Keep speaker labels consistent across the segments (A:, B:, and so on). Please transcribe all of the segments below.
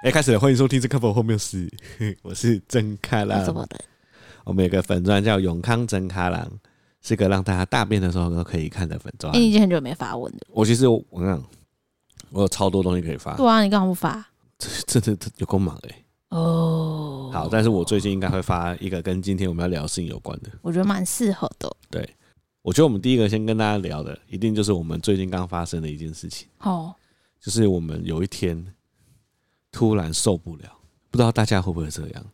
A: 哎、开始了，欢迎收听《这 couple 后面是》， 我是真卡
B: 那怎
A: 郎。
B: 么的？
A: 我们有个粉砖叫永康真卡郎，是个让大家大便的时候都可以看的粉砖
B: 哎、。你已经很久没发文了。
A: 我其实我我跟你讲，我有超多东西可以发，
B: 对啊，你干嘛不发？
A: 真的真的有够忙哎、
B: 哦，
A: 好，但是我最近应该会发一个跟今天我们要聊的事情有关的。
B: 我觉得蛮适合的。
A: 我觉得我们第一个先跟大家聊的，一定就是我们最近刚发生的一件事情，
B: 哦，
A: 就是我们有一天突然受不了，不知道大家会不会这样，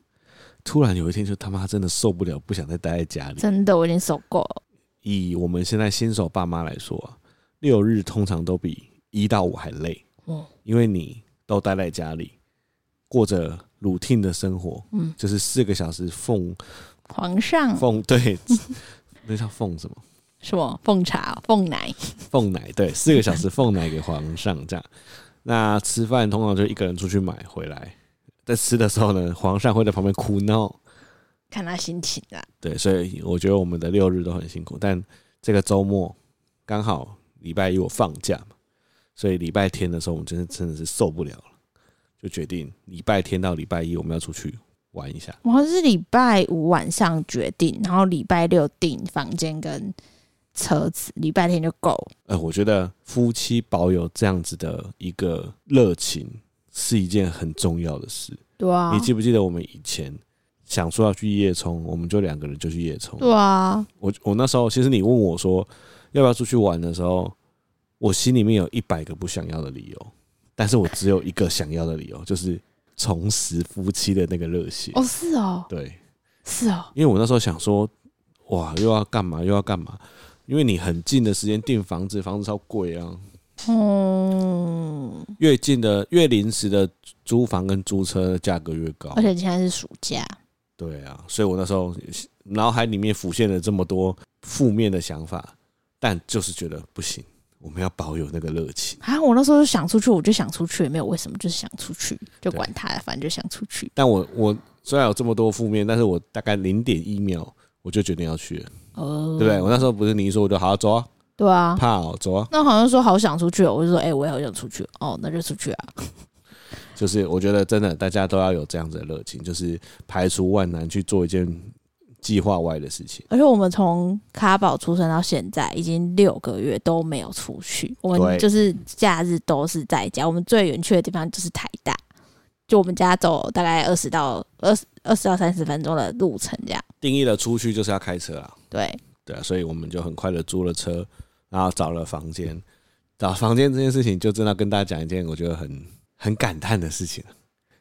A: 突然有一天就他妈真的受不了，不想再待在家里。
B: 真的，我已经受够了。
A: 以我们现在新手爸妈来说啊，六日通常都比一到五还累，
B: 嗯
A: 因为你都待在家里，过着 routine 的生活，
B: 嗯，
A: 就是四个小时奉
B: 皇上
A: 奉对， 那叫奉什么？
B: 什么奉茶、奉奶，
A: 奉奶对，四个小时奉奶给皇上这样。那吃饭通常就一个人出去买回来，在吃的时候呢，皇上会在旁边哭闹。
B: 看他心情啦。
A: 对，所以我觉得我们的六日都很辛苦，但这个周末刚好礼拜一我放假嘛，所以礼拜天的时候我们真的真的是受不了了，就决定礼拜天到礼拜一我们要出去玩一下。
B: 我好像是礼拜五晚上决定，然后礼拜六订房间跟车子，礼拜天就够。
A: 呃，我觉得夫妻保有这样子的一个热情是一件很重要的事。
B: 对啊
A: 你记不记得我们以前想说要去夜冲，我们就两个人就去夜冲。
B: 对啊，
A: 我我那时候其实你问我说要不要出去玩的时候，我心里面有一百个不想要的理由，但是我只有一个想要的理由，就是重拾夫妻的那个热血。
B: 哦是哦，
A: 对，
B: 是哦，
A: 因为我那时候想说，哇，又要干嘛又要干嘛，因为你很近的时间订房子，房子超贵啊，
B: 嗯，
A: 越近的越临时的租房跟租车的价格越高
B: 而。且现在是暑假，
A: 对啊，所以我那时候脑海里面浮现了这么多负面的想法，但就是觉得不行，我们要保有那个热情。
B: 啊，我那时候就想出去，我就想出去，也没有为什么，就是想出去，就管他，反正就想出去。
A: 但我我虽然有这么多负面，但是我大概零点一秒我就决定要去了，
B: 哦，
A: 对不对？我那时候不是你一说我就好好走啊，
B: 对啊。
A: 怕哦走啊，
B: 那好像说好想出去、哦，我就说，哎、我也好想出去哦，那就出去啊。
A: 就是我觉得真的大家都要有这样子的热情，就是排除万难去做一件计划外的事情。
B: 而且我们从卡宝出生到现在，已经六个月都没有出去，我
A: 对
B: 们就是假日都是在家。我们最远去的地方就是台大，就我们家走大概二十到二十二十到三十分钟的路程这样。
A: 定义了出去就是要开车啊，
B: 对，
A: 对啊，所以我们就很快的租了车，然后找了房间。找房间这件事情，就真的要跟大家讲一件我觉得很很感叹的事情了，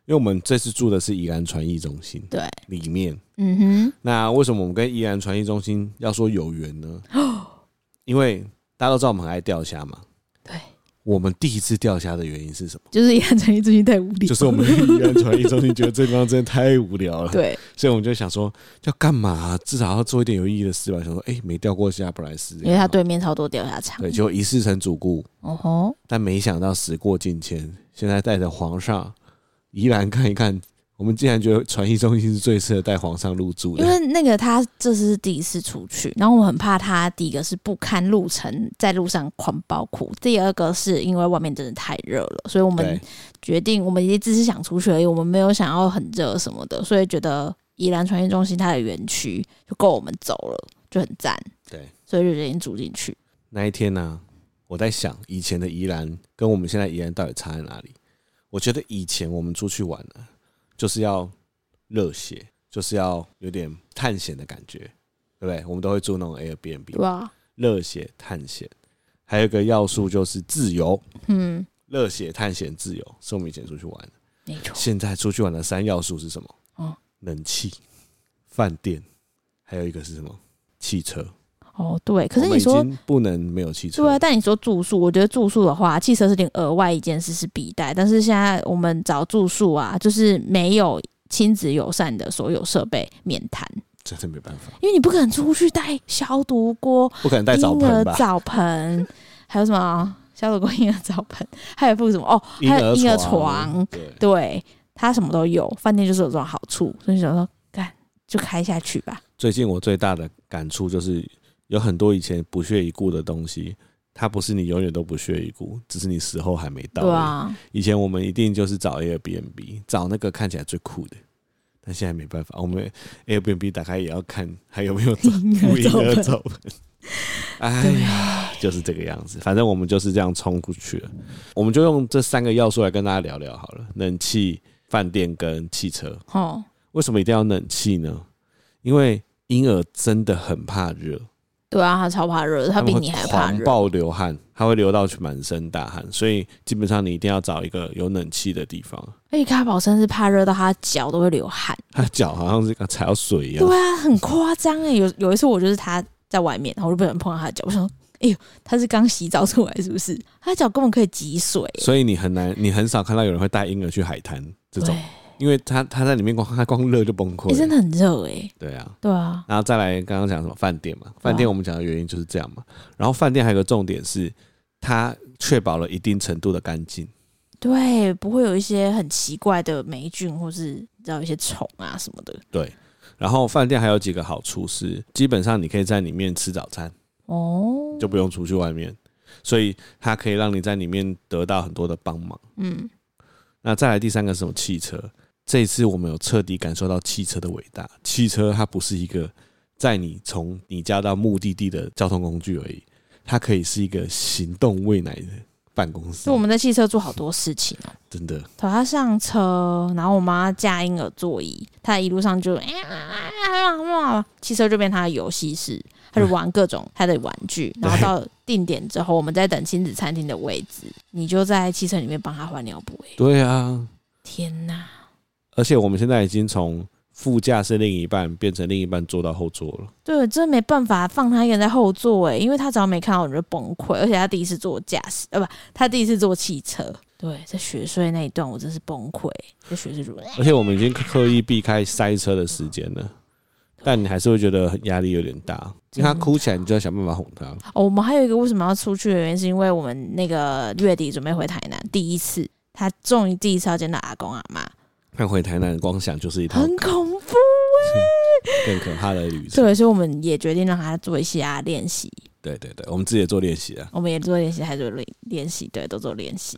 A: 因为我们这次住的是宜兰传艺中心，
B: 对，
A: 里面。
B: 嗯
A: 那为什么我们跟宜兰传艺中心要说有缘呢？ 因为大家都知道我们很爱钓虾嘛。
B: 对，
A: 我们第一次钓虾的原因是什么
B: 哼，？就是杨丞琳最近太无聊，
A: 就是我 们宜兰传艺中心觉得这地方真的太无聊了，
B: 对
A: 所以我们就想说要干嘛、至少要做一点有意义的事吧。想说，哎、没钓过虾，不来试试看。
B: 因为他对面超多钓虾场。
A: 对，就一世成主顾，
B: 哦吼，
A: 但没想到时过境迁，现在带着皇上宜兰看一看，我们竟然觉得传艺中心是最适合带皇上入住
B: 因
A: 的。
B: 为那个他这是第一次出去，然后我很怕他第一个是不堪路程，在路上狂暴哭；第二个是因为外面真的太热了，所以我们
A: 对，
B: 决定我们也只是想出去而已，我们没有想要很热什么的，所以觉得宜兰传艺中心它的园区就够我们走了，就很赞。
A: 对，
B: 所以就决定住进去。
A: 那一天呢、我在想以前的宜兰跟我们现在宜兰到底差在哪里？我觉得以前我们出去玩呢、就是要热血，就是要有点探险的感觉，对不对？我们都会住那种 Airbnb，
B: 吧？
A: 热血探险，还有一个要素就是自由，
B: 嗯，
A: 热血探险自由是我们以前出去玩的。
B: 没错。
A: 现在出去玩的三要素是什么？
B: 嗯
A: 冷气、饭店，还有一个是什么？汽车。
B: 哦，对。可是
A: 我们
B: 你
A: 已
B: 说
A: 经不能没有汽车。
B: 对啊，但你说住宿，我觉得住宿的话，汽车是另额外一件事是必带。但是现在我们找住宿啊，就是没有亲子友善的所有设备免谈，
A: 真的没办法，
B: 因为你不可能出去带消毒锅、
A: 不可能带澡
B: 婴
A: 盆
B: 儿
A: 吧？
B: 澡盆，还有什么啊消毒锅、婴儿澡盆，还有副什么哦，还有婴
A: 婴
B: 儿
A: 床
B: 床，
A: 对，
B: 对，它什么都有。饭店就是有这种好处，所以想说干就开下去吧。
A: 最近我最大的感触就是，有很多以前不屑一顾的东西，它不是你永远都不屑一顾，只是你时候还没到。
B: 对，啊，
A: 以前我们一定就是找 Airbnb，找那个看起来最酷的，但现在没办法，我们 Airbnb 打开也要看还有没有不一而走门。 哎呀，
B: 啊
A: 就是这个样子，反正我们就是这样冲出去了。我们就用这三个要素来跟大家聊聊好了：冷气、饭店跟汽车。
B: 哦，
A: 为什么一定要冷气呢？因为婴儿真的很怕热，
B: 对啊，他超怕热的，他比
A: 们
B: 你
A: 会
B: 还怕
A: 狂
B: 热。
A: 暴流汗，他会流到去满身大汗，所以基本上你一定要找一个有冷气的地方。
B: 而且卡宝森是怕热到他脚都会流汗。
A: 他脚好像是刚踩到水一样，
B: 对啊，很夸张哎！有有一次我就是他在外面，然后我就不小心碰到他的脚，我想说，哎呦，他是刚洗澡出来是不是？他脚根本可以挤水欸、
A: 所以你很难，你很少看到有人会带婴儿去海滩这种，因为他他在里面光他光热就崩溃
B: 对，欸真
A: 了。
B: 的很热哎、
A: 对啊，
B: 对啊，
A: 然后再来刚刚讲什么饭店嘛，饭
B: 对
A: 店
B: 啊
A: 我们讲的原因就是这样嘛。然后饭店还有个重点是，它确保了一定程度的干净。
B: 对，不会有一些很奇怪的霉菌，或是你知道有一些虫啊什么的。
A: 对，然后饭店还有几个好处是，基本上你可以在里面吃早餐，
B: 哦，
A: 就不用出去外面，所以它可以让你在里面得到很多的帮忙。
B: 嗯，
A: 那再来第三个是什么？汽车。这一次我们有彻底感受到汽车的伟大。汽车它不是一个在你从你家到目的地的交通工具而已，它可以是一个行动喂奶的办公室
B: 就我。们在汽车做好多事情哦、
A: 真的，
B: 对，他上车，然后我妈架婴儿座椅，他一路上就哎呀哎呀哎呀，汽车就变他的游戏室，他就玩各种他的玩具，然后到定点之后，我们再等亲子餐厅的位置，你就在汽车里面帮他换尿布、哎，
A: 对啊。
B: 天哪！
A: 而且我们现在已经从副驾是另一半变成另一半坐到后座了。
B: 对，真没办法放他一个人在后座哎、因为他只要没看到你就崩溃，而且他第一次坐驾驶，呃，不，他第一次坐汽车。对，在雪隧那一段我真是崩溃，在雪隧就哎
A: 而且我们已经刻意避开塞车的时间了，但你还是会觉得压力有点大，因为他哭起来，你就要想办法哄他。
B: 哦，我们还有一个为什么要出去的原因，是因为我们那个月底准备回台南，第一次，他终于第一次要见到阿公阿妈，
A: 看回台南，光想就是一趟
B: 很恐怖。
A: 更可怕的旅程。
B: 对，所以我们也决定让他做一下练习，
A: 对对对，我们自己也做练习啊。
B: 我们也做练习，还做练练习，对，都做练习。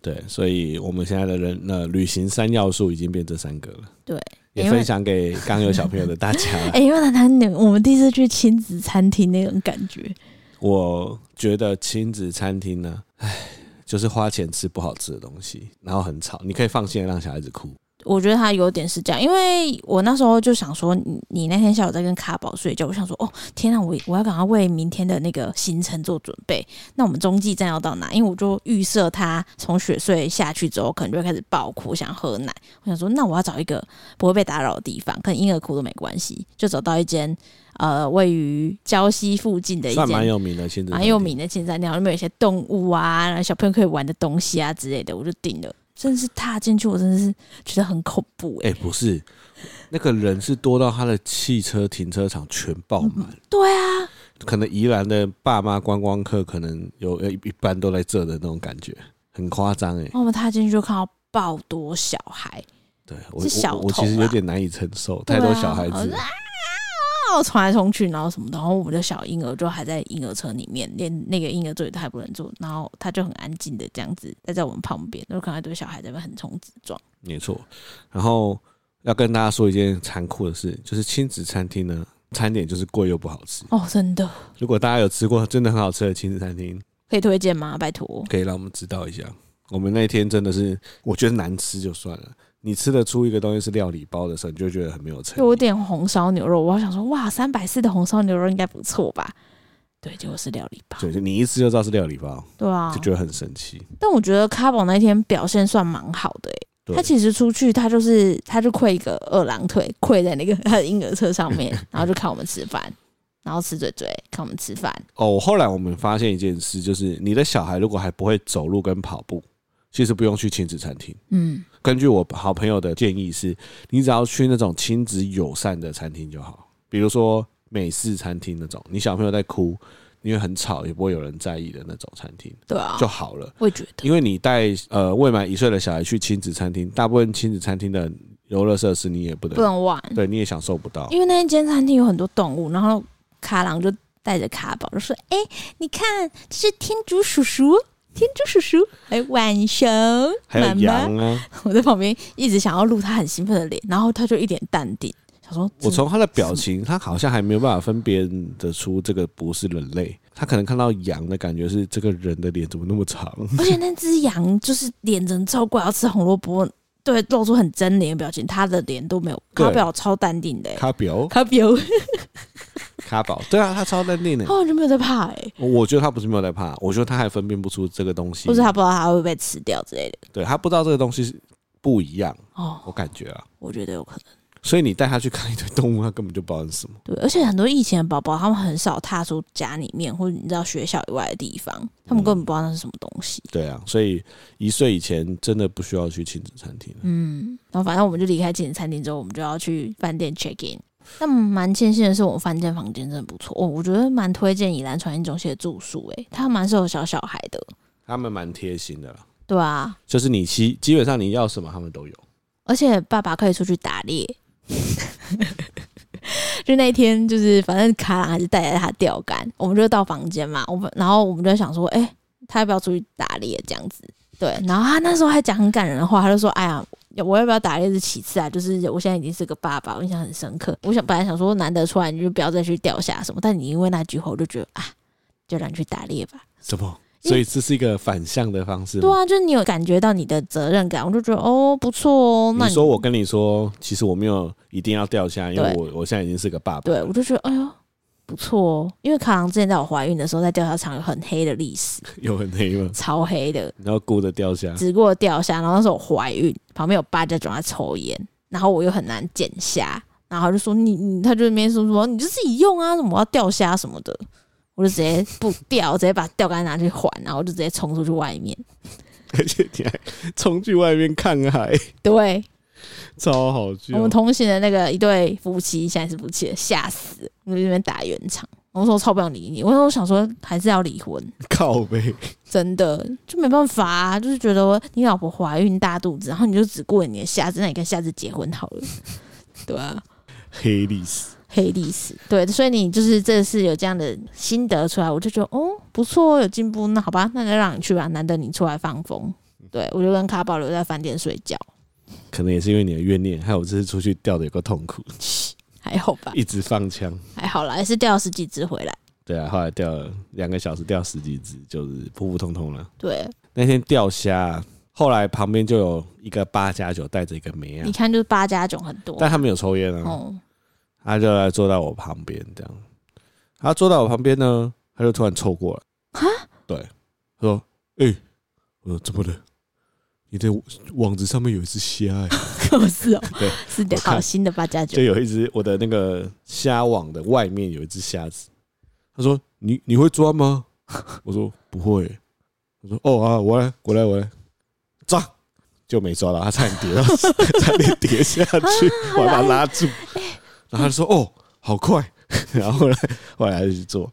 A: 对，所以我们现在的人呃，旅行三要素已经变这三个了。
B: 对，
A: 也
B: 因为
A: 分享给刚有小朋友的大家。
B: 哎、因为他他我们第一次去亲子餐厅那种感觉，
A: 我觉得亲子餐厅呢，唉，就是花钱吃不好吃的东西，然后很吵，你可以放心的让小孩子哭。
B: 我觉得他有点是这样，因为我那时候就想说，你你那天下午在跟卡宝睡觉，我想说，哦，天啊，我我要赶快为明天的那个行程做准备。那我们中继站要到哪？因为我就预设他从雪隧下去之后，可能就会开始爆哭，想喝奶。我想说，那我要找一个不会被打扰的地方，跟婴儿哭都没关系，就走到一间呃位于礁溪附近的一
A: 算
B: 间
A: 蛮有名的亲子，
B: 蛮有。名的青山店，然后里面有一些动物啊，然后小朋友可以玩的东西啊之类的，我就订了。真的是踏进去，我真的是觉得很恐怖哎、
A: 哎、不是，那个人是多到他的汽车停车场全爆满。
B: 对啊，
A: 可能宜兰的爸妈观光客可能有呃一一般都在这的那种感觉，很夸张哎。
B: 我们踏进去就看到爆多小孩，
A: 对我
B: 是小
A: 我我
B: 童
A: 其实有
B: 啦
A: 点难以承受，
B: 对
A: 太多
B: 啊
A: 小孩子
B: 啊，然后冲来冲去，然后什么的，然后我们的小婴儿就还在婴儿车里面，连那个婴儿座椅都还不能坐，然后他就很安静的这样子待在我们旁边，然后看到一堆小孩在那边横冲直撞。
A: 没错。然后要跟大家说一件残酷的事，就是亲子餐厅呢，餐点就是贵又不好吃。
B: 哦，真的
A: 如果大家有吃过真的很好吃的亲子餐厅，
B: 可以推荐吗？拜托，
A: 可以让我们知道一下。我们那天真的是，我觉得难吃就算了，你吃得出一个东西是料理包的时候，你就觉得很没有诚
B: 就我
A: 意。
B: 点红烧牛肉，我想说哇，三百四的红烧牛肉应该不错吧？对，结果是料理包，
A: 对，就你一吃就知道是料理包，
B: 对啊
A: 就。觉得很神奇。
B: 但我觉得卡宝那天表现算蛮好的、欸，
A: 对
B: 他其实出去他就是他就跪一个二郎腿，跪在那个他的婴儿车上面，然后就看我们吃饭，然后吃嘴嘴看我们吃饭。
A: 哦，后来我们发现一件事，就是你的小孩如果还不会走路跟跑步，其实不用去亲子餐厅。
B: 嗯，
A: 根据我好朋友的建议是，你只要去那种亲子友善的餐厅就好，比如说美式餐厅那种，你小朋友在哭，因为很吵也不会有人在意的那种餐厅
B: 对啊
A: 就，好了。
B: 会觉得
A: 因为你带呃未满一岁的小孩去亲子餐厅，大部分亲子餐厅的游乐设施你也不
B: 不
A: 能，
B: 能玩，
A: 哦对，你也享受不到。
B: 因为那一间餐厅有很多动物，然后卡郎就带着卡宝就说：“哎、你看，这是天竺 叔叔，天竺叔叔，还有浣熊
A: 还
B: 妈
A: 有
B: 妈。
A: 羊啊，”
B: 我在旁边一直想要录他很兴奋的脸，然后他就一脸淡定，想说：“
A: 我从他的表情，他好像还没有办法分辨得出这个不是人类。他可能看到羊的感觉是这个人的脸怎么那么长？
B: 嗯而且那只羊就是脸整超怪，要吃红萝卜，对，露出很狰狞的表情，他的脸都没有，
A: 对
B: 他表超淡定的、欸，
A: 卡表
B: 他表
A: 卡宝，对啊，他超淡定的
B: 他。完全没有在怕哎、
A: 我觉得他不是没有在怕，我觉得他还分辨不出这个东西
B: 或，者他不知道他会被吃掉之类的。
A: 对他不知道这个东西是不一样，
B: 哦，
A: 我感觉啊。
B: 我觉得有可能。
A: 所以你带他去看一堆动物，他根本就不知道是什么。
B: 对，而且很多疫情的宝宝，他们很少踏出家里面或者你知道学校以外的地方，他们根本不知道那是什么东西。
A: 对啊，所以一岁以前真的不需要去亲子餐厅了。
B: 嗯，然后反正我们就离开亲子餐厅之后，我们就要去饭店 check in。但蛮庆幸的是，我们饭店房间真的不错，哦，我觉得蛮推荐宜兰传音中心的住宿、欸，诶，它蛮适合小小孩的，
A: 他们蛮贴心的啦，
B: 对啊，
A: 就是你基基本上你要什么他们都有。
B: 而且爸爸可以出去打猎。 就那一天，就是反正卡朗还是带着他钓竿，我们就到房间嘛，我们然后我们就想说，哎、他要不要出去打猎这样子？对，然后他那时候还讲很感人的话，他就说，哎呀。我要不要打猎是其次啊，就是我现在已经是个爸爸，我印象很深刻。我想本来想说难得出来，你就不要再去钓虾什么，但你因为那句话，我就觉得啊，就让你去打猎吧。
A: 什么？
B: 因为
A: 所以这是一个反向的方式吗。
B: 对啊，就是你有感觉到你的责任感，我就觉得哦不错哦。那
A: 你说我跟你说，其实我没有一定要掉下，因为
B: 对
A: 我我现在已经是个爸爸
B: 对，
A: 了。
B: 我就觉得哎呦不错哦，因为卡郎之前在我怀孕的时候，在钓虾场有很黑的历史，
A: 有很黑吗？
B: 超黑的，
A: 然后顾着掉下，
B: 只给我钓虾，然后那时候我怀孕，旁边有八家长在抽烟，然后我又很难捡虾，然后他就说你你，他就在那边说什么你就自己用啊，什么我要钓虾什么的，我就直接不钓，直接把钓竿拿去还，然后我就直接冲出去外面，
A: 而且你还冲去外面看海，
B: 对，
A: 超好笑
B: 我。们同行的那个一对夫妻，现在是夫妻了，吓死了！我们这边打圆场，我说我超不想理你，我说我想说还是要离婚，
A: 靠背，
B: 真的就没办法啊，就是觉得你老婆怀孕大肚子，然后你就只顾着你的下肢，那你跟下肢结婚好了， 对啊，
A: 黑历史。
B: 黑历史，对，所以你就是这次有这样的心得出来，我就觉得哦不错，有进步，那好吧，那就让你去吧，难得你出来放风，
A: 嗯
B: 对我就跟卡宝留在饭店睡觉，
A: 可能也是因为你的怨念，还有我这次出去掉的有个痛苦，
B: 啊还好吧，
A: 一直放枪。
B: 还好啦，也是掉了十几只回来，
A: 对啊，后来掉了两个小时，掉十几只，就是普普通通了。
B: 对，
A: 那天钓虾，后来旁边就有一个八加九带着一个妹啊
B: 你，看，就是八加九很多。
A: 但他没有抽烟啊。
B: 哦，
A: 他就来坐到我旁边，这样。他坐到我旁边呢，他就突然凑过来，
B: 哈，
A: 对，他说：“哎、我说怎么了？你的网子上面有一只虾、欸，
B: 可是哦
A: 对，
B: 是的，
A: 我看
B: 好新的八加
A: 就
B: 九，
A: 有一只我的那个虾网的外面有一只虾子。”他说：“你你会抓吗？” 我说：“不会、他说：“哦啊，我来，我来，我来抓。”就没抓到，他差点跌到， 差点跌下去，我还把他拉住。然后他就说：“哦，好快！” 然后后来后来他就去做，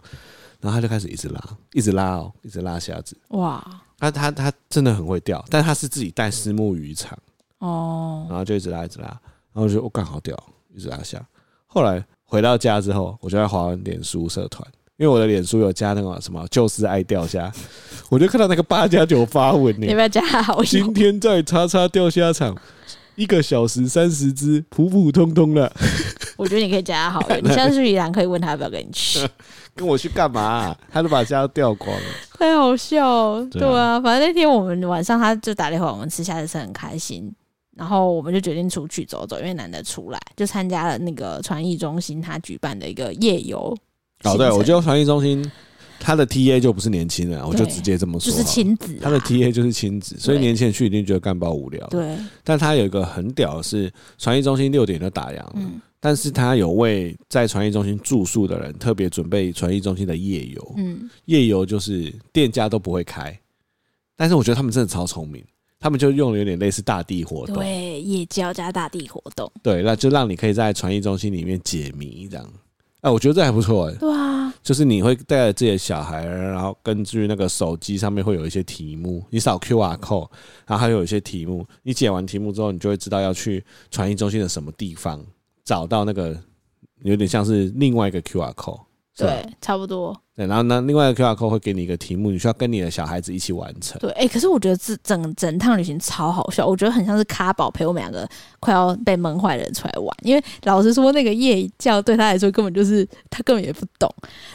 A: 然后他就开始一直拉，一直拉哦，一直拉虾子。
B: 哇，
A: 他他他真的很会钓，但他是自己带私募渔场，
B: 哦，
A: 然后就一直拉一直拉，然后我就我哦干、好钓，一直拉虾。后来回到家之后，我就在滑脸书社团，因为我的脸书有加那个什么就是爱钓虾，我就看到那个八加九发文呢、
B: 你要不要加 好友
A: 嗯今？天在叉叉钓虾场，一个小时三十只，普普通通了。
B: 我觉得你可以加好 友，你下次去宜兰可以问他要不要跟你去，
A: 跟我去干嘛啊、他都把虾都钓光了。
B: 太好笑哦，
A: 对
B: 对
A: 啊
B: 啊，反正那天我们晚上他就打电话，我们吃虾的时候很开心。然后我们就决定出去走走，因为难得出来，就参加了那个传艺中心他举办的一个夜游行程。
A: 哦，对，我觉得传艺中心他的 TA 就不是年轻人啊，我就
B: 对
A: 直接这么
B: 就
A: 说好
B: 是
A: 了。
B: 亲子啊、
A: 他的 TA 就是亲子，所以
B: 对
A: 年轻人去一定觉得干爆无聊。
B: 对，
A: 但他有一个很屌的是，传艺中心六点就打烊了，
B: 嗯
A: 但是他有为在传艺中心住宿的人特别准备传艺中心的夜游。
B: 嗯，
A: 夜游就是店家都不会开，但是我觉得他们真的超聪明，他们就用了有点类似大地活动，
B: 对，夜交加大地活动，
A: 对，那就让你可以在传艺中心里面解谜这样。哎、我觉得这还不错哎、
B: 对啊，
A: 就是你会带着自己的小孩，然后根据那个手机上面会有一些题目，你扫 Q R code，然后还有一些题目，你解完题目之后，你就会知道要去传艺中心的什么地方，找到那个有点像是另外一个 Q R code，是吧啊
B: 对，差不多。
A: 对，然后呢，另外一个 QR code 会给你一个题目，你需要跟你的小孩子一起完成。
B: 对，哎、可是我觉得这整整趟旅行超好笑，我觉得很像是卡宝陪我们两个快要被闷坏的人出来玩。因为老实说，那个夜一觉对他来说根本就是他根本也不懂。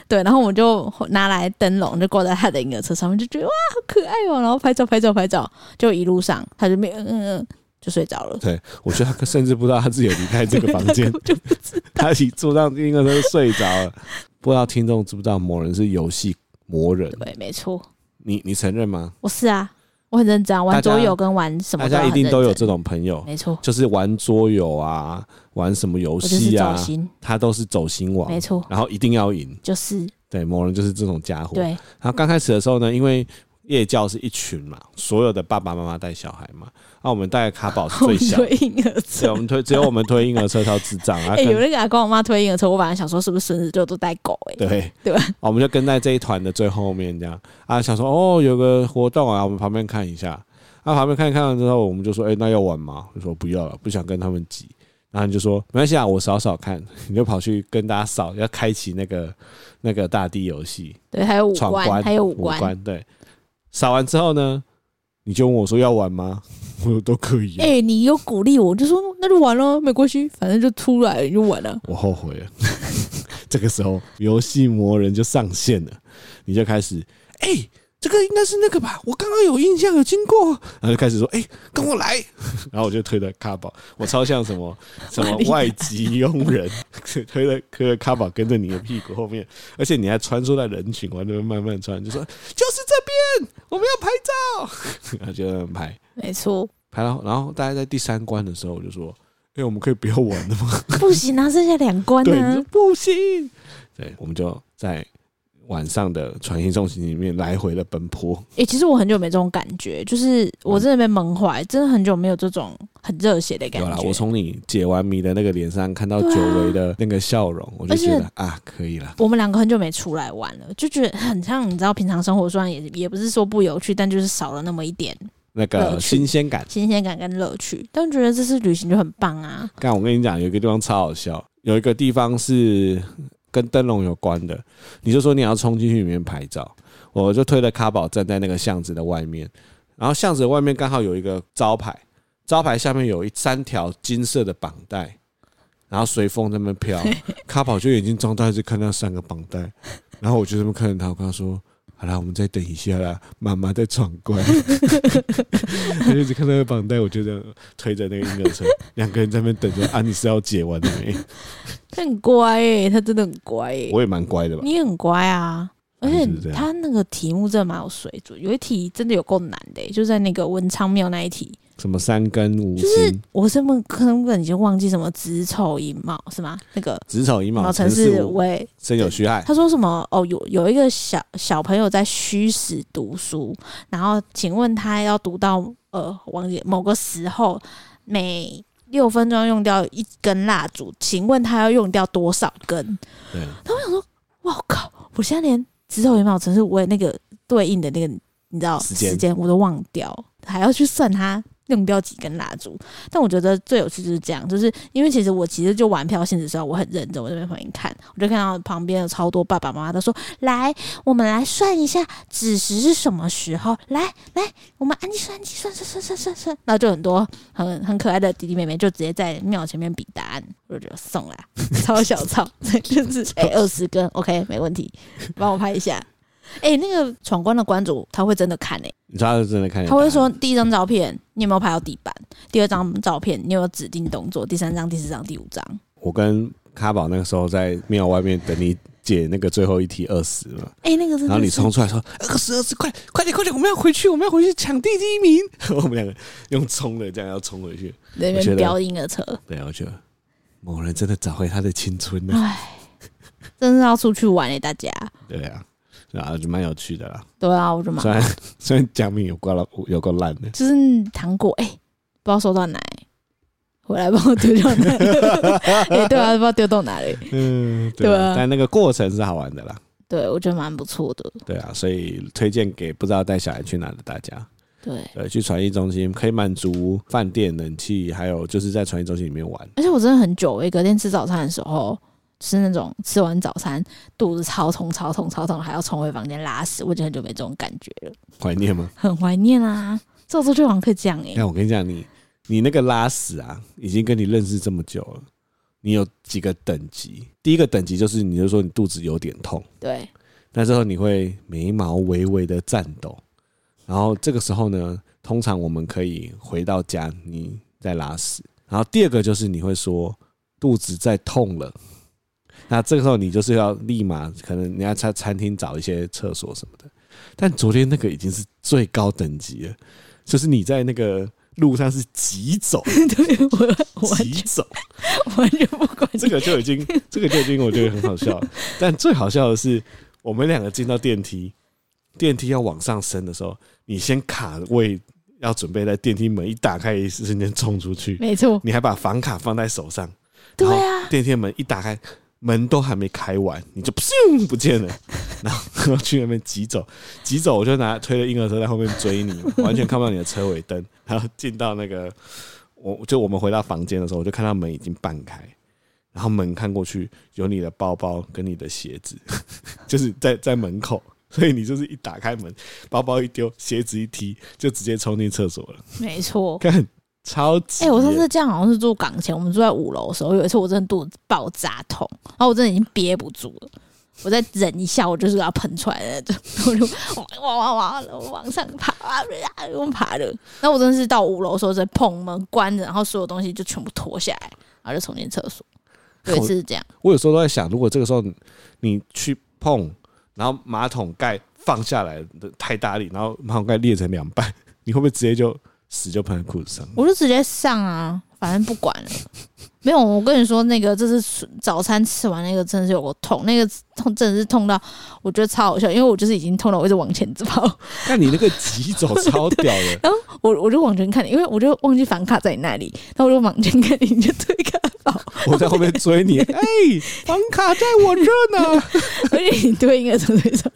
B: 对，然后我们就拿来灯笼，就挂在他的婴儿车上面，就觉得哇，好可爱哦、然后拍照，拍照，拍照，就一路上他就没嗯嗯嗯就睡着了。
A: 对，我觉得他 甚至不知道他自己有离开这个房间
B: 他根，本就不知
A: 他一坐上婴儿车就睡着了。不知道听众知不知道某人是游戏魔人？
B: 对，没错，
A: 你你承认吗？
B: 我是啊，我很认真啊，玩
A: 大家
B: 桌游跟玩什么
A: 大
B: 都
A: 家一
B: 很
A: 定
B: 认
A: 都有
B: 真，
A: 这种朋友，
B: 没错，
A: 就是玩桌游啊，玩什么游
B: 我就是
A: 戏
B: 走
A: 啊，
B: 心，
A: 他都是走心王
B: 没，错，
A: 然后一定要赢。
B: 就是
A: 对，某人就是这种家伙。
B: 对，
A: 然后刚开始的时候呢，因为夜教是一群嘛，所有的爸爸妈妈带小孩嘛，啊那、我们带卡宝是
B: 我
A: 最
B: 们
A: 小 的
B: 推婴儿
A: 对，啊
B: 车
A: 我。们推只有我们推婴儿车超智障啊！
B: 哦哎、有
A: 跟
B: 那个阿公阿妈推婴儿车，我本来想说是不是孙子就都带狗哎、
A: 对
B: 对吧
A: 啊我们就跟在这一团的最后面这样啊，想说哦有个活动啊，我们旁边看一下。啊，旁边看一看了之后，我们就说哎、那要玩吗？我说不要了，不想跟他们挤。然后你就说没关系啊，我扫扫看， 你就跑去跟大家扫，要开启那个那个大地游戏
B: 对，还有五
A: 闯关，
B: 官，还有
A: 五
B: 五官。
A: 关对。扫完之后呢，你就问我说要玩吗？ 我说都可以、啊。
B: 哎、你有鼓励我，我就说那就玩咯，没关系，反正就出来你就玩了。
A: 我后悔了。 这个时候，游戏魔人就上线了，你就开始，哎、这个应该是那个吧？我刚刚有印象，有经过，然后就开始说，哎、跟我来。 然后我就推了卡宝，我超像什么什么外籍佣人， 推了推了卡宝跟着你的屁股后面，而且你还穿梭在人群，我就慢慢穿，就说就是这边，我们要拍照， 然后就慢慢拍。
B: 没错，
A: 拍到，然后大概在第三关的时候，我就说：“哎、我们可以不要玩了吗？”
B: 不行啊，剩下两关
A: 对，你
B: 啊
A: 说。不行。对，我们就在晚上的传信送行里面来回的奔波。
B: 哎、其实我很久没这种感觉，就是我真的被闷坏，真的很久没有这种很热血的感
A: 有啦，
B: 觉。
A: 我从你解完谜的那个脸上看到久违的那个笑容，我就觉得啊，可以了。
B: 我们两个很久没出来玩了，就觉得很像你知道，平常生活虽然也也不是说不有趣，但就是少了那么一点
A: 那个
B: 乐趣
A: 新鲜感，
B: 新鲜感跟乐趣。但觉得这次旅行就很棒 啊！
A: 但我跟你讲，有一个地方超好笑，有一个地方是跟灯笼有关的，你就说你要冲进去里面拍照，我就推了卡宝站在那个巷子的外面，然后巷子的外面刚好有一个招牌，招牌下面有一三条金色的绑带，然后随风在那边飘，卡宝就眼睛张大，一直看那三个绑带，然后我就这么看着他，我跟他说。好啦，我们再等一下啦，妈妈在闯关。 他就一直看那个绑带，我就这样推着那个婴儿车，两个人在那边等着啊，你是要解完的 没？
B: 他很乖哎、他真的很乖哎、
A: 我也蛮乖的吧？
B: 你很乖啊，而
A: 反
B: 且
A: 正就是这样
B: 他那个题目真的蛮有水准，有一题真的有够难的欸、就在那个文昌庙那一题，
A: 什么三根五
B: 就是
A: 星，
B: 我根本根本已经忘记什么子丑寅卯是吗？那个
A: 子丑寅卯，
B: 辰
A: 辰
B: 巳
A: 巳
B: 午
A: 午，
B: 未，
A: 申酉戌亥。
B: 他说什么？哦，有有一个小小朋友在虚实读书，然后请问他要读到呃，忘记某个时候每。六分钟用掉一根蜡烛，请问他要用掉多少根？
A: 对，
B: 我靠！我现在连子丑寅卯辰巳午未那个对应的那个你知道
A: 时间
B: 时间我都忘掉，还要去算它用掉几根蜡烛。但我觉得最有趣就是这样，就是因为其实我其实就玩票性质时候，我很认真，我这边旁边看，我就看到旁边有超多爸爸妈妈都说：“来，我们来算一下子时是什么时候？来来，我们按计算计算算算算算算。”然后就很多很很可爱的弟弟妹妹就直接在庙前面比答案，我就觉得送啦，超小超，就是哎二十根 OK 没问题，帮我拍一下。哎、那个闯关的关主他会真的看哎、
A: 你知道他是真的看见
B: 他会
A: 答
B: 说
A: 案，
B: 第一张照片你有没有拍到地板，第二张照片你有没有指定动作，第三张、第四张、第五张。
A: 我跟卡宝那个时候在庙外面等你解那个最后一题二十嘛，
B: 哎、那个真的是
A: 然后你冲出来说二十二十，快快点快点，我们要回去，我们要回去抢第一名。我们两个用冲的这样要冲回去，
B: 在那
A: 我觉得
B: 边飙婴儿车，
A: 对，啊我觉得某人真的找回他的青春了，
B: 哎，真是要出去玩哎、大家。
A: 对啊，然后就蛮有趣的啦。
B: 对啊，我就买
A: 虽，然虽然奖品有够烂，有够烂的，
B: 就是糖果哎、不知道收到哪欸，回来帮我丢掉哪里？ 哎、对啊，不知道丢到哪里。
A: 嗯，对
B: 对
A: 啊
B: 啊
A: 但那个过程是好玩的啦，
B: 对，我觉得蛮不错的。
A: 对啊，所以推荐给不知道带小孩去哪的大家，
B: 对，
A: 对，去传艺中心可以满足饭店冷气，还有就是在传艺中心里面玩，
B: 而且我真的很久欸，隔天吃早餐的时候，是那种吃完早餐肚子超痛、超痛、超痛，还要冲回房间拉屎，我已经很久没这种感觉了，
A: 怀念吗？
B: 很怀念啊！这出去玩可以这样哎、
A: 哎，我跟你讲，你你那个拉屎啊，已经跟你认识这么久了，你有几个等级？第一个等级就是你就说你肚子有点痛，
B: 对，
A: 那之后你会眉毛微微的颤抖，然后这个时候呢，通常我们可以回到家，你再拉屎。然后第二个就是你会说肚子在痛了，那这个时候你就是要立马可能你要在餐厅找一些厕所什么的。但昨天那个已经是最高等级了，就是你在那个路上是急走，
B: 对我我完
A: 急
B: 全
A: 走，
B: 我完全不管你
A: 这个就已经，这个就已经我觉得很好笑了。但最好笑的是，我们两个进到电梯，电梯要往上升的时候，你先卡位，要准备在电梯门一打开，一瞬间冲出去，
B: 没错，
A: 你还把房卡放在手上，
B: 对
A: 然
B: 啊，
A: 电梯门一打开，门都还没开完，你就咻不见 了，然后然后去那边急走，急走我就拿推了婴儿车在后面追你，完全看不到你的车尾 灯，然后进到那个我就我们回到房间的时候，我就看到门已经半开。然后门看过去，有你的包包跟你的鞋子， 就是在在门口，所以你就是一打开门，包包一丢，鞋子一踢，就直接冲进厕所了，
B: 没错。
A: 看超级
B: 哎、
A: 耶。
B: 我上次这样好像是住港前，我们住在五楼的时候，有一次我真的肚子爆炸痛，然后我真的已经憋不住了，我再忍一下，我就是要喷出来的那种，我就哇哇哇哇往上爬啊，用爬的。然后我真的是到五楼的时候，再碰门关着，然后所有东西就全部脱下来，然后就冲进厕所。有一次是这样，
A: 我有时候都在想，如果这个时候你你去碰，然后马桶盖放下来的太大力，然后马桶盖裂成两半，你会不会直接就屎就喷在裤子上？
B: 我就直接上啊，反正不管了。没有，我跟你说，那个这次早餐吃完那个真的是有个痛，那个痛真的是痛到我觉得超好笑，因为我就是已经痛到我一直往前跑，
A: 那你那个急走超屌的，
B: 然后我我就往前看你，因为我就忘记房卡在你那里，然后我就往前看你，你就推开宝，
A: 我在后面追你，哎、房卡在我这呢，
B: 而且你推应该从推上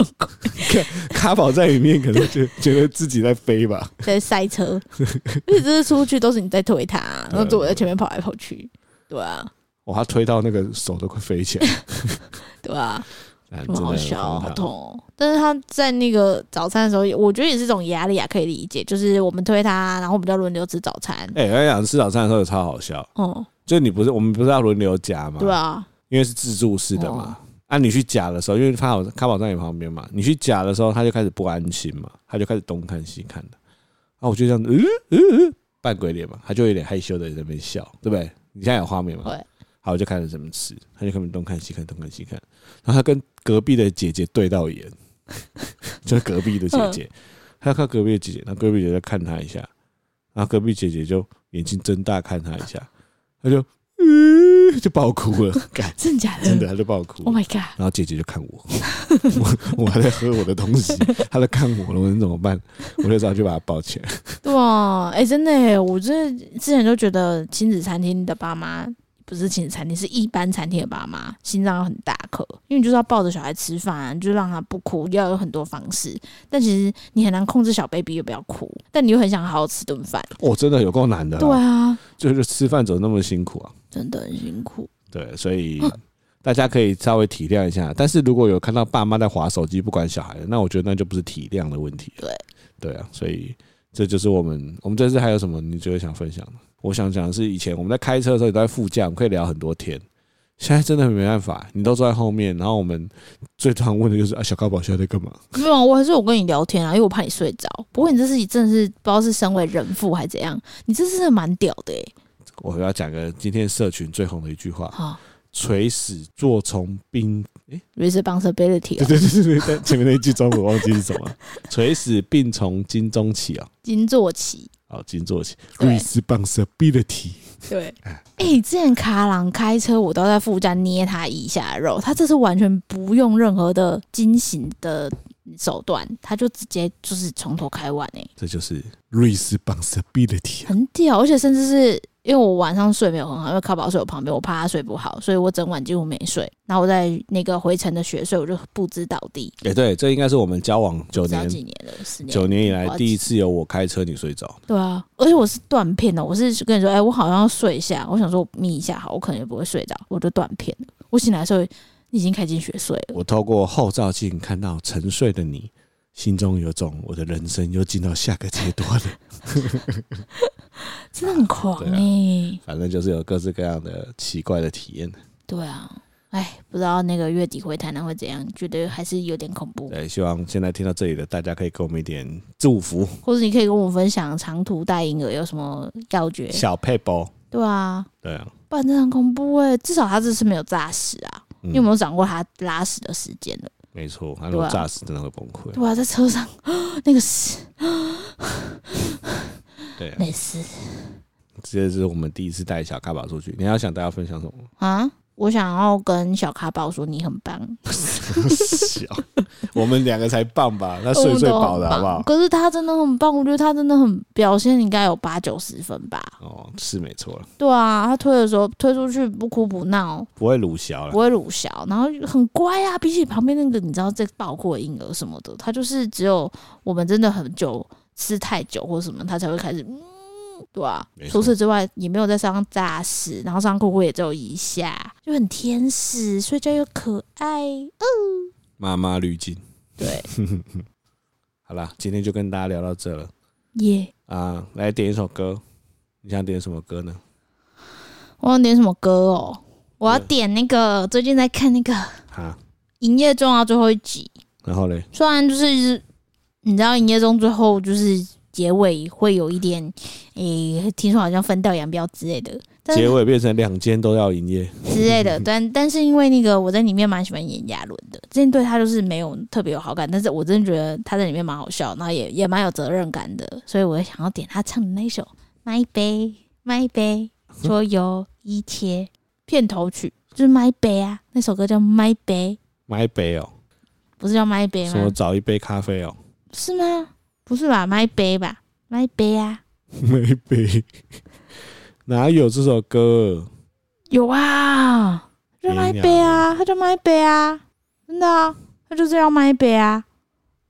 A: 卡宝在里面可能觉觉得自己在飞吧。
B: 在塞车，而且这次出去都是你在推他，啊然后我在前面跑来跑去，对啊，
A: 哇，他推到那个手都快飞起来，
B: 对啊，
A: 啊
B: 什么好
A: 真
B: 笑，
A: 的很
B: 好
A: 好
B: 痛哦。但是他在那个早餐的时候，我觉得也是一种压力啊，可以理解，就是我们推他，然后我们就要轮流吃早餐，
A: 哎、我跟你讲，吃早餐的时候也超好笑，
B: 哦、
A: 就你不是我们不是要轮流夹吗？
B: 对啊，
A: 因为是自助式的嘛。啊，你去夹的时候，因为他好卡宝在你旁边嘛，你去夹的时候，他就开始不安心嘛，他就开始东看西看的。啊，我就这样子，嗯嗯嗯，扮鬼脸嘛，他就有点害羞的在那边笑，对不对？你现在有画面吗？
B: 对。
A: 好，我就开始怎么吃，他就开始东看西看，东看西看，然后他跟隔壁的姐姐对到眼，就是隔壁的姐姐，他看隔壁的姐姐，那隔壁姐姐看他一下，然后隔壁姐姐就眼睛睁大看他一下，他就，嗯，就爆哭了，干
B: 真的假的？
A: 真的，他就爆哭。
B: ，Oh my god！
A: 然后姐姐就看我，我我还在喝我的东西，她在看我了，我能怎么办？我就只好去把她抱起来。
B: 对啊，哎、真的哎，我这之前都觉得亲子餐厅的爸妈不是亲子餐厅，是一般餐厅的爸妈心脏要很大颗，因为你就是要抱着小孩吃饭，啊就让他不哭，要有很多方式。但其实你很难控制小 baby 要不要哭，但你又很想好好吃顿饭。
A: 哦，真的有够难的
B: 对
A: 啦，
B: 啊，
A: 就是吃饭怎么那么辛苦啊？
B: 真的很辛苦。
A: 对，所以大家可以稍微体谅一下。但是如果有看到爸妈在划手机不管小孩的，那我觉得那就不是体谅的问题了。对，对啊，所以这就是我们我们这次还有什么你觉得想分享的？我想讲的是以前我们在开车的时候，你都在副驾，我们可以聊很多天。现在真的没办法，你都坐在后面，然后我们最常问的就是啊，小高宝现在在干嘛？
B: 没有啊，我还是有跟你聊天啊，因为我怕你睡着。不过你这次你真的是不知道是身为人父还是怎样，你这次真的蛮屌的哎、
A: 我要讲个今天社群最红的一句话：
B: 好
A: 垂死做从兵。
B: ，responsibility
A: 对
B: 哦，
A: 对对对对，但前面那一句中文我忘记是什么了，垂死病从金钟起啊。
B: 金坐骑。
A: 好，金坐起
B: 对
A: ，responsibility。
B: 对，哎、之前卡郎开车，我都在副驾捏他一下的肉，他这次完全不用任何的惊醒的手段，他就直接就是从头开完、欸，
A: 这就是 responsibility 啊。
B: 很屌，而且甚至是因为我晚上睡没有很好，因为卡宝睡我旁边，我怕他睡不好，所以我整晚几乎没睡。然后我在那个回程的雪睡，我就不知倒地，
A: 哎、对，这应该是我们交往九
B: 不知道
A: 年
B: 几年了，十年，
A: 九年以来
B: 我要
A: 第一次有我开车你睡着。
B: 对啊，而且我是断片的，我是跟你说，哎、我好像要睡一下，我想说我眯一下好，我可能也不会睡着，我就断片了。我醒来的时候已经开进雪隧了。
A: 我透过后照镜看到沉睡的你，心中有种我的人生又进到下个阶段 了。
B: 真的很狂
A: 对啊
B: 哎、
A: 反正就是有各式各样的奇怪的体验。
B: 对啊，哎，不知道那个月底回台南会怎样，觉得还是有点恐怖。
A: 对，希望现在听到这里的大家可以给我们一点祝福，
B: 或者你可以跟我们分享长途带婴儿有什么要诀？
A: 小佩宝。
B: 对啊，
A: 对啊，
B: 不然真的很恐怖哎、至少他这次没有诈死啊，
A: 嗯
B: 你有没有掌握他拉屎的时间了？
A: 没错，他如果
B: 对啊
A: 炸死真的会崩溃。
B: 对啊，在车上 那个屎
A: 对啊，
B: 没事
A: 这是我们第一次带小咖宝出去。你要想大家分享什么？
B: 啊。我想要跟小卡宝说你很棒，
A: 小，我们两个才棒 吧？那睡睡饱的好不好？
B: 可是他真的很棒，我觉得他真的很表现应该有八九十分吧。
A: 哦，是没错了，
B: 对啊，他推的时候推出去不哭不闹，
A: 不会鲁小
B: 不
A: 了。
B: 会乳小，然后很乖啊。比起旁边那个你知道在抱过婴儿什么的，他就是只有我们真的很久吃太久或什么，他才会开始嗯，对啊
A: 没。错
B: 除此之外也没有在身上炸屎，然后上裤裤也只有一下，就很天使，睡觉又可爱。呃
A: 妈妈滤镜。
B: 对，
A: 好啦，今天就跟大家聊到这了
B: 耶、
A: 啊！来点一首歌，你想点什么歌呢？
B: 我要点什么歌哦？我要点那个最近在看那个《
A: 啊，
B: 营业中》啊最后一集，
A: 然后嘞，
B: 虽然就是你知道，营业中最后就是结尾会有一点，诶、听说好像分道扬镳之类的，但
A: 结尾变成两间都要营业，
B: 之类
A: 嗯
B: 的，但但是因为那个我在里面蛮喜欢炎亚纶的，之前对他就是没有特别有好感，但是我真的觉得他在里面蛮好笑，然后也也蛮有责任感的，所以我想要点他唱的那一首《My Bay My Bay》，所有一切片头曲就是《My Bay》啊，那首歌叫《My Bay》，
A: 买一杯哦、
B: 不是叫《My Bay》
A: 什
B: 吗
A: 么？找一杯咖啡哦、
B: 是吗？不是吧？My Bay 吧？My Bay 啊。
A: 没杯，哪有这首歌？
B: 有啊，他就卖杯啊，他就卖杯啊，真的啊，他就是要卖杯啊，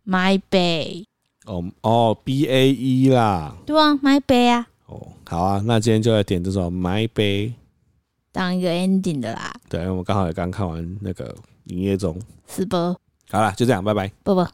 B: 卖杯，
A: 哦哦，B A E 啦，
B: 对啊，卖杯啊，
A: 哦，好啊，那今天就来点这首《My 杯》。
B: 当一个 ending 的啦，
A: 对，我们刚好也刚看完那个营业中。
B: 是不？
A: 好了，就这样，拜拜。
B: 不不。